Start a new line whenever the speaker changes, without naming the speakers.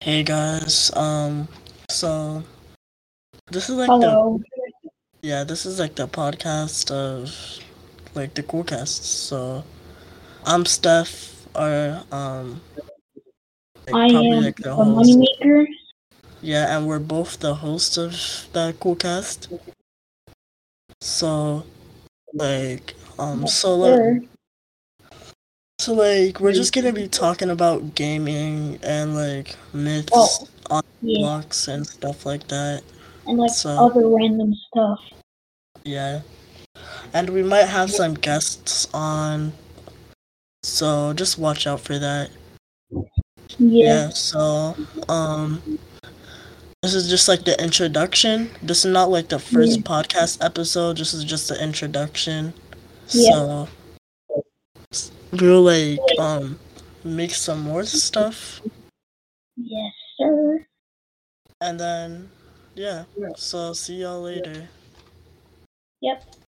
Hey guys, um, so this is like
Hello.
the yeah, this is like the podcast of like the coolcasts. So I'm Steph, or um, like,
I am
like the
a moneymaker.
Yeah, and we're both the host of the coolcast. So, like, um, so like,
Sure.
so like, we're just gonna be talking about gaming and like myths,
Oh. Yeah.
blocks, and stuff like that.
And like
so-
other random stuff.
Yeah. And we might have some guests on. So just watch out for that.
Yeah.
so um this is just like the introduction. This is not like the first
Yeah.
podcast episode. This is just the introduction.
Yeah.
So we'll like um make some more stuff
Yes, sir.
and then yeah.
Yeah.
So see y'all later.
Yep.